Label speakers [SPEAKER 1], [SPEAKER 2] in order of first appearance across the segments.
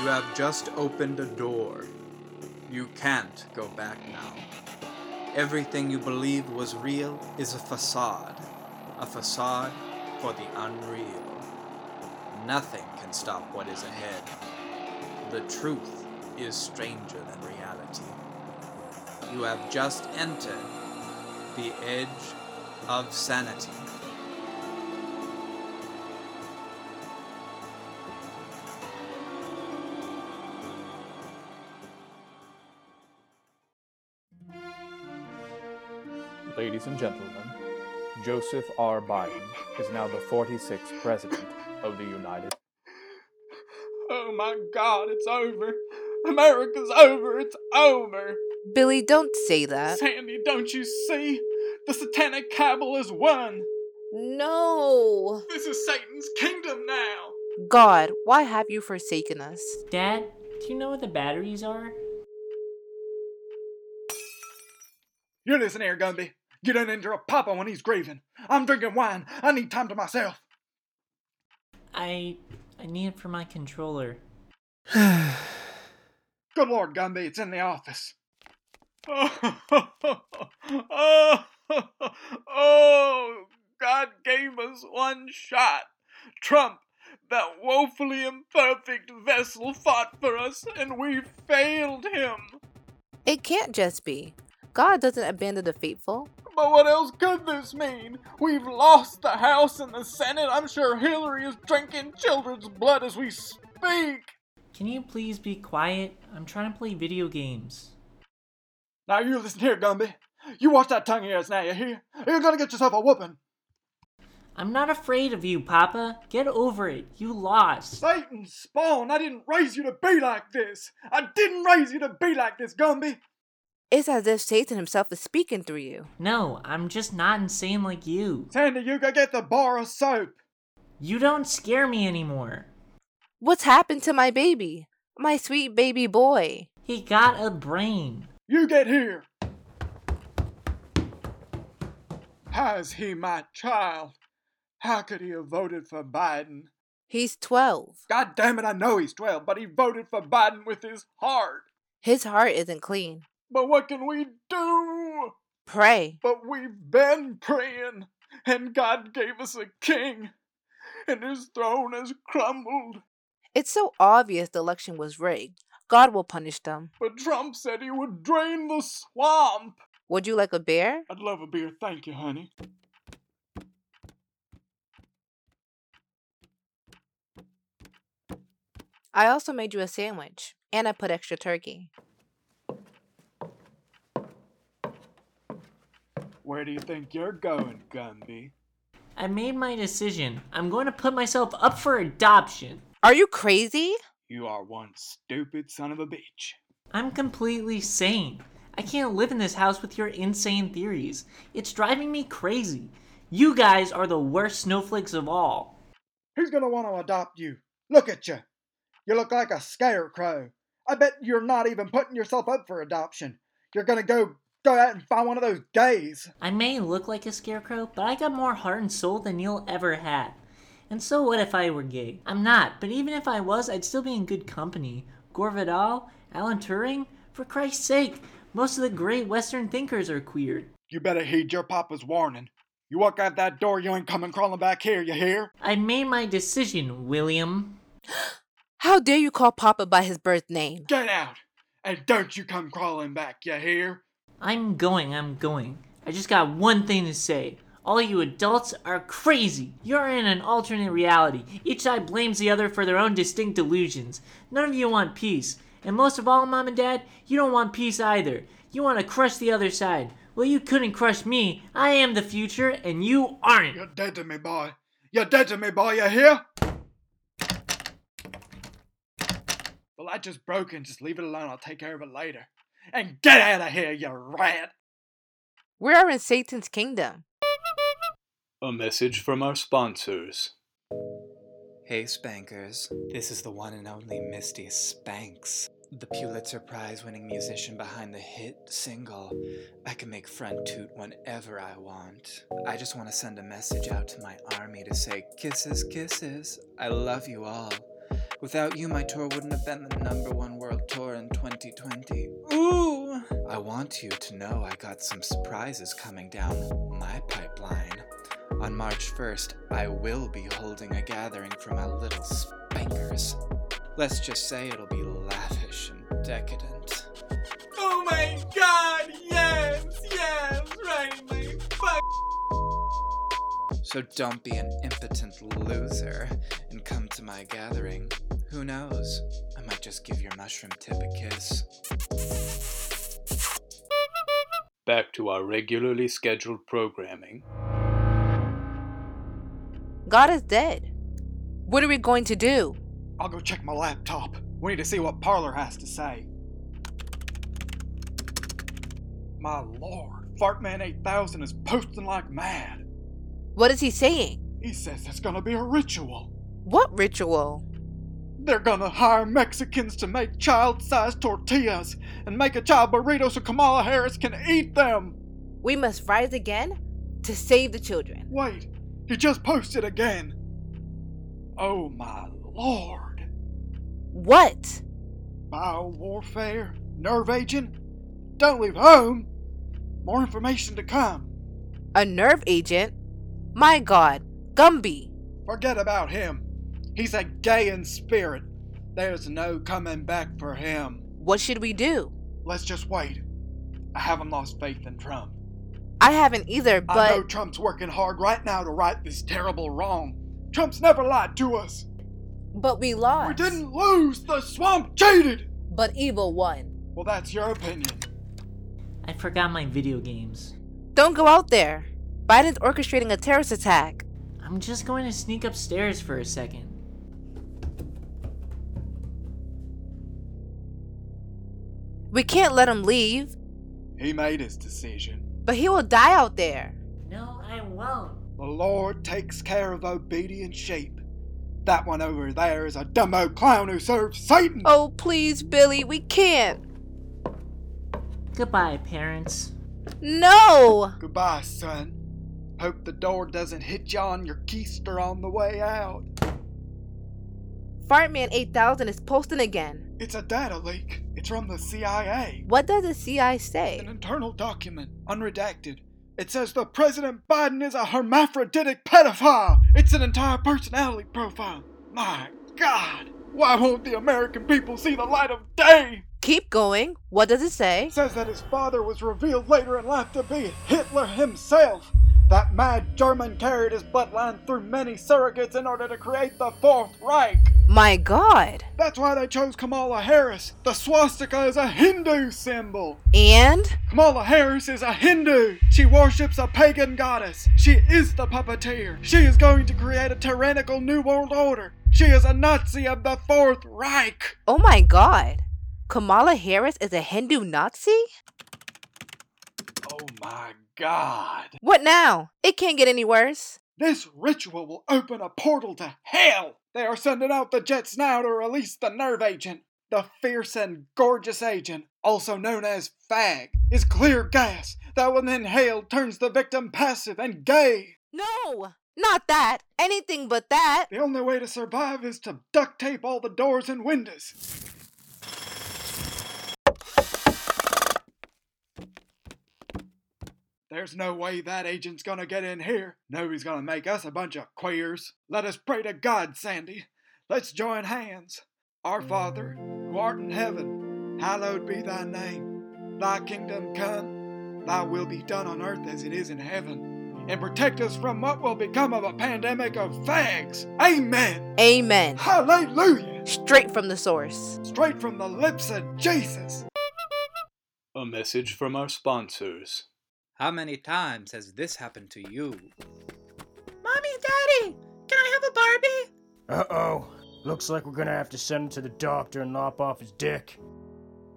[SPEAKER 1] You have just opened a door. You can't go back now. Everything you believed was real is a facade, a facade for the unreal. Nothing can stop what is ahead. The truth is stranger than reality. You have just entered the edge of sanity.
[SPEAKER 2] Ladies and gentlemen, Joseph R. Biden is now the 46th President of the United
[SPEAKER 3] Oh my god, it's over. America's over. It's over.
[SPEAKER 4] Billy, don't say that.
[SPEAKER 3] Sandy, don't you see? The satanic cabal has won.
[SPEAKER 4] No.
[SPEAKER 3] This is Satan's kingdom now.
[SPEAKER 4] God, why have you forsaken us?
[SPEAKER 5] Dad, do you know what the batteries are?
[SPEAKER 3] You listen here, Gumby. You done injure a papa when he's grieving. I'm drinking wine. I need time to myself.
[SPEAKER 5] I I need it for my controller.
[SPEAKER 3] Good lord, Gumby, it's in the office. Oh, oh, God gave us one shot. Trump, that woefully imperfect vessel, fought for us, and we failed him.
[SPEAKER 4] It can't just be. God doesn't abandon the faithful.
[SPEAKER 3] But what else could this mean? We've lost the House and the Senate. I'm sure Hillary is drinking children's blood as we speak.
[SPEAKER 5] Can you please be quiet? I'm trying to play video games.
[SPEAKER 3] Now you listen here, Gumby. You watch that tongue of yours now, you hear? You're gonna get yourself a whooping.
[SPEAKER 5] I'm not afraid of you, Papa. Get over it. You lost.
[SPEAKER 3] Satan spawn, I didn't raise you to be like this. I didn't raise you to be like this, Gumby.
[SPEAKER 4] It's as if Satan himself is speaking through you.
[SPEAKER 5] No, I'm just not insane like you.
[SPEAKER 3] Sandy, you go get the bar of soap.
[SPEAKER 5] You don't scare me anymore.
[SPEAKER 4] What's happened to my baby? My sweet baby boy.
[SPEAKER 5] He got a brain.
[SPEAKER 3] You get here. How is he my child? How could he have voted for Biden?
[SPEAKER 4] He's 12.
[SPEAKER 3] God damn it, I know he's 12, but he voted for Biden with his heart.
[SPEAKER 4] His heart isn't clean.
[SPEAKER 3] But what can we do?
[SPEAKER 4] Pray.
[SPEAKER 3] But we've been praying, and God gave us a king, and his throne has crumbled.
[SPEAKER 4] It's so obvious the election was rigged. God will punish them.
[SPEAKER 3] But Trump said he would drain the swamp.
[SPEAKER 4] Would you like a bear?
[SPEAKER 3] I'd love a beer, thank you, honey.
[SPEAKER 4] I also made you a sandwich, and I put extra turkey.
[SPEAKER 3] Where do you think you're going, Gumby?
[SPEAKER 5] I made my decision. I'm going to put myself up for adoption.
[SPEAKER 4] Are you crazy?
[SPEAKER 3] You are one stupid son of a bitch.
[SPEAKER 5] I'm completely sane. I can't live in this house with your insane theories. It's driving me crazy. You guys are the worst snowflakes of all.
[SPEAKER 3] Who's gonna want to adopt you? Look at you. You look like a scarecrow. I bet you're not even putting yourself up for adoption. You're gonna go go out and find one of those gays.
[SPEAKER 5] I may look like a scarecrow, but I got more heart and soul than you'll ever have. And so what if I were gay? I'm not, but even if I was, I'd still be in good company. Gore Vidal, Alan Turing, for Christ's sake, most of the great Western thinkers are queer.
[SPEAKER 3] You better heed your papa's warning. You walk out that door, you ain't coming crawling back here. You hear?
[SPEAKER 5] I made my decision, William.
[SPEAKER 4] How dare you call Papa by his birth name?
[SPEAKER 3] Get out, and don't you come crawling back. You hear?
[SPEAKER 5] I'm going, I'm going. I just got one thing to say. All you adults are crazy. You're in an alternate reality. Each side blames the other for their own distinct delusions. None of you want peace. And most of all, Mom and Dad, you don't want peace either. You want to crush the other side. Well, you couldn't crush me. I am the future, and you
[SPEAKER 3] You're
[SPEAKER 5] aren't.
[SPEAKER 3] dead to me, boy. You're dead to me, boy. You hear? Well, I just broke in. Just leave it alone. I'll take care of it later. And get out of here, you rat.
[SPEAKER 4] We are in Satan's kingdom.
[SPEAKER 6] A message from our sponsors.
[SPEAKER 1] Hey, Spankers. This is the one and only Misty Spanks, the Pulitzer Prize winning musician behind the hit single, I Can Make Front Toot Whenever I Want. I just want to send a message out to my army to say, Kisses, kisses, I love you all. Without you, my tour wouldn't have been the number one world tour in 2020. Ooh! I want you to know I got some surprises coming down my pipeline. On March 1st, I will be holding a gathering for my little spankers. Let's just say it'll be lavish and decadent.
[SPEAKER 7] Oh my god, yes, yes, right in my fuck.
[SPEAKER 1] So don't be an impotent loser and come to my gathering. Who knows? I might just give your mushroom tip a kiss.
[SPEAKER 6] Back to our regularly scheduled programming.
[SPEAKER 4] God is dead. What are we going to do?
[SPEAKER 3] I'll go check my laptop. We need to see what Parlor has to say. My lord, Fartman 8000 is posting like mad.
[SPEAKER 4] What is he saying?
[SPEAKER 3] He says there's gonna be a ritual.
[SPEAKER 4] What ritual?
[SPEAKER 3] They're gonna hire Mexicans to make child sized tortillas and make a child burrito so Kamala Harris can eat them.
[SPEAKER 4] We must rise again to save the children.
[SPEAKER 3] Wait, he just posted again. Oh my lord.
[SPEAKER 4] What?
[SPEAKER 3] Biowarfare? Nerve agent? Don't leave home! More information to come.
[SPEAKER 4] A nerve agent? My God, Gumby.
[SPEAKER 3] Forget about him. He's a gay in spirit. There's no coming back for him.
[SPEAKER 4] What should we do?
[SPEAKER 3] Let's just wait. I haven't lost faith in Trump.
[SPEAKER 4] I haven't either,
[SPEAKER 3] I know
[SPEAKER 4] but
[SPEAKER 3] Trump's working hard right now to right this terrible wrong. Trump's never lied to us.
[SPEAKER 4] but we lost.
[SPEAKER 3] We didn't lose. The swamp cheated.
[SPEAKER 4] But evil won.
[SPEAKER 3] Well, that's your opinion.
[SPEAKER 5] I forgot my video games.
[SPEAKER 4] Don't go out there. Biden's orchestrating a terrorist attack.
[SPEAKER 5] I'm just going to sneak upstairs for a second.
[SPEAKER 4] We can't let him leave,
[SPEAKER 3] He made his decision.
[SPEAKER 4] but he will die out there.
[SPEAKER 5] No, I won't.
[SPEAKER 3] The Lord takes care of obedient sheep. That one over there is a dumb old clown who serves Satan.
[SPEAKER 4] Oh, please, Billy, we can't.
[SPEAKER 5] Goodbye, parents.
[SPEAKER 4] No!
[SPEAKER 3] Goodbye, son. Hope the door doesn't hit you on your keister on the way out.
[SPEAKER 4] Fartman 8000 is posting again.
[SPEAKER 3] It's a data leak. It's from the CIA.
[SPEAKER 4] What does the CI say?
[SPEAKER 3] An internal document, unredacted. It says that President Biden is a hermaphroditic pedophile. It's an entire personality profile. My God. Why won't the American people see the light of day?
[SPEAKER 4] Keep going. What does it say?
[SPEAKER 3] It says that his father was revealed later in life to be Hitler himself. That mad German carried his bloodline through many surrogates in order to create the Fourth Reich.
[SPEAKER 4] My God.
[SPEAKER 3] That's why they chose Kamala Harris. The swastika is a Hindu symbol.
[SPEAKER 4] And?
[SPEAKER 3] Kamala Harris is a Hindu. She worships a pagan goddess. She is the puppeteer. She is going to create a tyrannical New World Order. She is a Nazi of the Fourth Reich.
[SPEAKER 4] Oh my God. Kamala Harris is a Hindu Nazi?
[SPEAKER 3] Oh my god.
[SPEAKER 4] What now? It can't get any worse.
[SPEAKER 3] This ritual will open a portal to hell. They are sending out the jets now to release the nerve agent. The fierce and gorgeous agent, also known as fag, is clear gas that when inhaled turns the victim passive and gay.
[SPEAKER 4] No! Not that. Anything but that.
[SPEAKER 3] The only way to survive is to duct tape all the doors and windows. There's no way that agent's gonna get in here. No, he's gonna make us a bunch of queers. Let us pray to God, Sandy. Let's join hands. Our Father, who art in heaven, hallowed be thy name. Thy kingdom come, thy will be done on earth as it is in heaven. And protect us from what will become of a pandemic of fags. Amen.
[SPEAKER 4] Amen.
[SPEAKER 3] Hallelujah.
[SPEAKER 4] Straight from the source.
[SPEAKER 3] Straight from the lips of Jesus.
[SPEAKER 6] A message from our sponsors.
[SPEAKER 1] How many times has this happened to you?
[SPEAKER 8] Mommy, Daddy, can I have a Barbie?
[SPEAKER 9] Uh oh. Looks like we're gonna have to send him to the doctor and lop off his dick.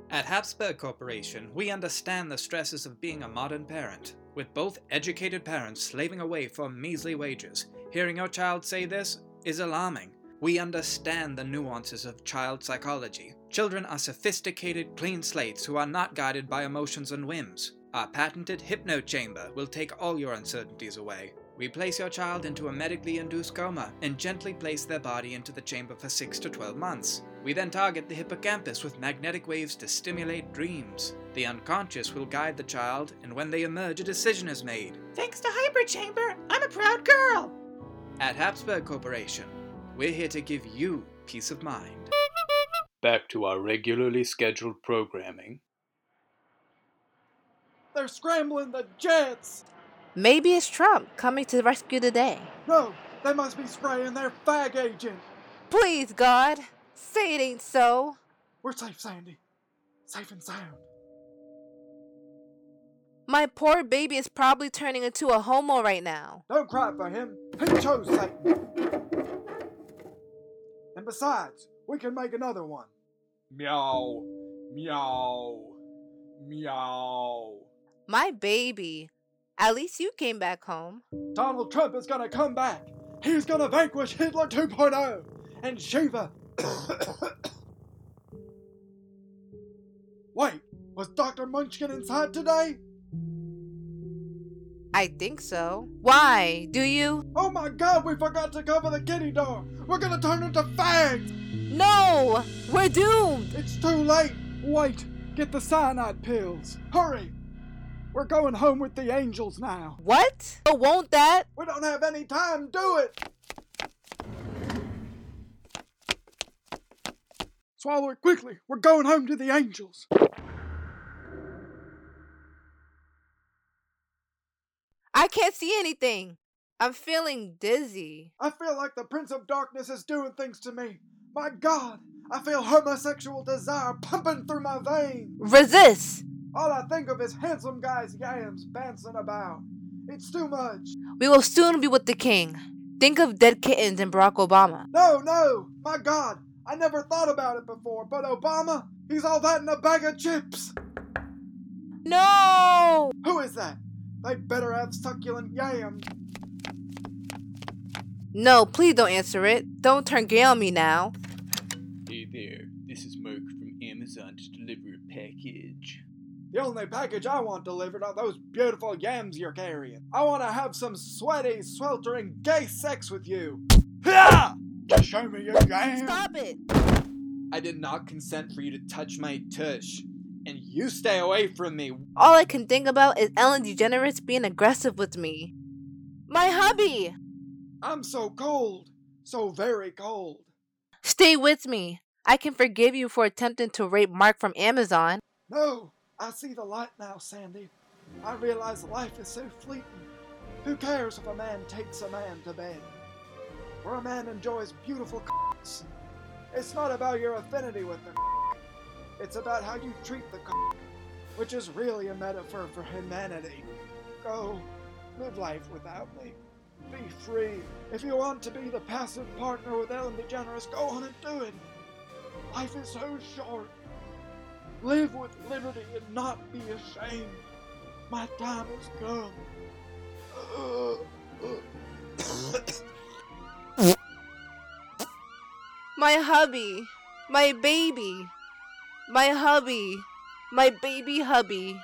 [SPEAKER 1] At Habsburg Corporation, we understand the stresses of being a modern parent. With both educated parents slaving away for measly wages, hearing your child say this is alarming. We understand the nuances of child psychology. Children are sophisticated, clean slates who are not guided by emotions and whims. Our patented Hypno Chamber will take all your uncertainties away. We place your child into a medically induced coma and gently place their body into the chamber for 6 to 12 months. We then target the hippocampus with magnetic waves to stimulate dreams. The unconscious will guide the child, and when they emerge, a decision is made.
[SPEAKER 8] Thanks to Hyper Chamber, I'm a proud girl.
[SPEAKER 1] At Habsburg Corporation, we're here to give you peace of mind.
[SPEAKER 6] Back to our regularly scheduled programming.
[SPEAKER 3] They're scrambling the jets!
[SPEAKER 4] Maybe it's Trump coming to rescue the day.
[SPEAKER 3] No, they must be spraying their fag agent!
[SPEAKER 4] Please, God, say it ain't so.
[SPEAKER 3] We're safe, Sandy. Safe and sound.
[SPEAKER 4] My poor baby is probably turning into a homo right now.
[SPEAKER 3] Don't cry for him. He chose Satan. And besides, we can make another one.
[SPEAKER 7] Meow. Meow. Meow.
[SPEAKER 4] My baby. At least you came back home.
[SPEAKER 3] Donald Trump is gonna come back. He's gonna vanquish Hitler 2.0 and Shiva. Wait, was Dr. Munchkin inside today?
[SPEAKER 4] I think so. Why? Do you?
[SPEAKER 3] Oh my god, we forgot to cover the kitty door. We're gonna turn into fags.
[SPEAKER 4] No! We're doomed!
[SPEAKER 3] It's too late. Wait, get the cyanide pills. Hurry. We're going home with the angels now.
[SPEAKER 4] What? Oh, won't that?
[SPEAKER 3] We don't have any time. Do it. Swallow it quickly. We're going home to the angels.
[SPEAKER 4] I can't see anything. I'm feeling dizzy.
[SPEAKER 3] I feel like the Prince of Darkness is doing things to me. My God, I feel homosexual desire pumping through my veins.
[SPEAKER 4] Resist!
[SPEAKER 3] All I think of is handsome guys' yams bouncing about. It's too much.
[SPEAKER 4] We will soon be with the king. Think of dead kittens and Barack Obama.
[SPEAKER 3] No, no, my God, I never thought about it before, but Obama, he's all that in a bag of chips.
[SPEAKER 4] No!
[SPEAKER 3] Who is that? They better have succulent yams.
[SPEAKER 4] No, please don't answer it. Don't turn gay on me now.
[SPEAKER 6] Hey there, this is Merc from Amazon to deliver a package.
[SPEAKER 3] The only package I want delivered are those beautiful yams you're carrying. I want to have some sweaty, sweltering gay sex with you. Yeah! Show me your yams.
[SPEAKER 4] Stop it!
[SPEAKER 1] I did not consent for you to touch my tush, and you stay away from me.
[SPEAKER 4] All I can think about is Ellen DeGeneres being aggressive with me. My hubby!
[SPEAKER 3] I'm so cold, so very cold.
[SPEAKER 4] Stay with me. I can forgive you for attempting to rape Mark from Amazon.
[SPEAKER 3] No, I see the light now, Sandy. I realize life is so fleeting. Who cares if a man takes a man to bed? Where a man enjoys beautiful c***s. It's not about your affinity with the c***. It's about how you treat the c***, which is really a metaphor for humanity. Go, live life without me. Be free. If you want to be the passive partner with Ellen DeGeneres, go on and do it. Life is so short. Live with liberty and not be ashamed. My time has come.
[SPEAKER 4] My hubby. My baby. My hubby. My baby hubby.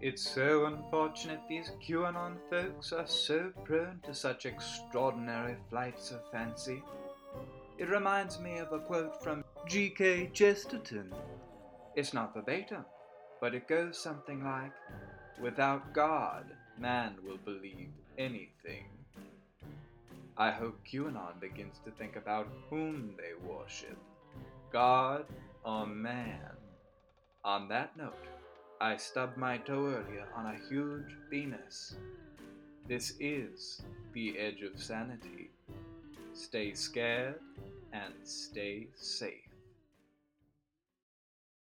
[SPEAKER 1] It's so unfortunate these QAnon folks are so prone to such extraordinary flights of fancy. It reminds me of a quote from G.K. Chesterton. It's not verbatim, but it goes something like Without God, man will believe anything. I hope QAnon begins to think about whom they worship God or man. On that note, I stubbed my toe earlier on a huge penis. This is the edge of sanity. Stay scared and stay safe.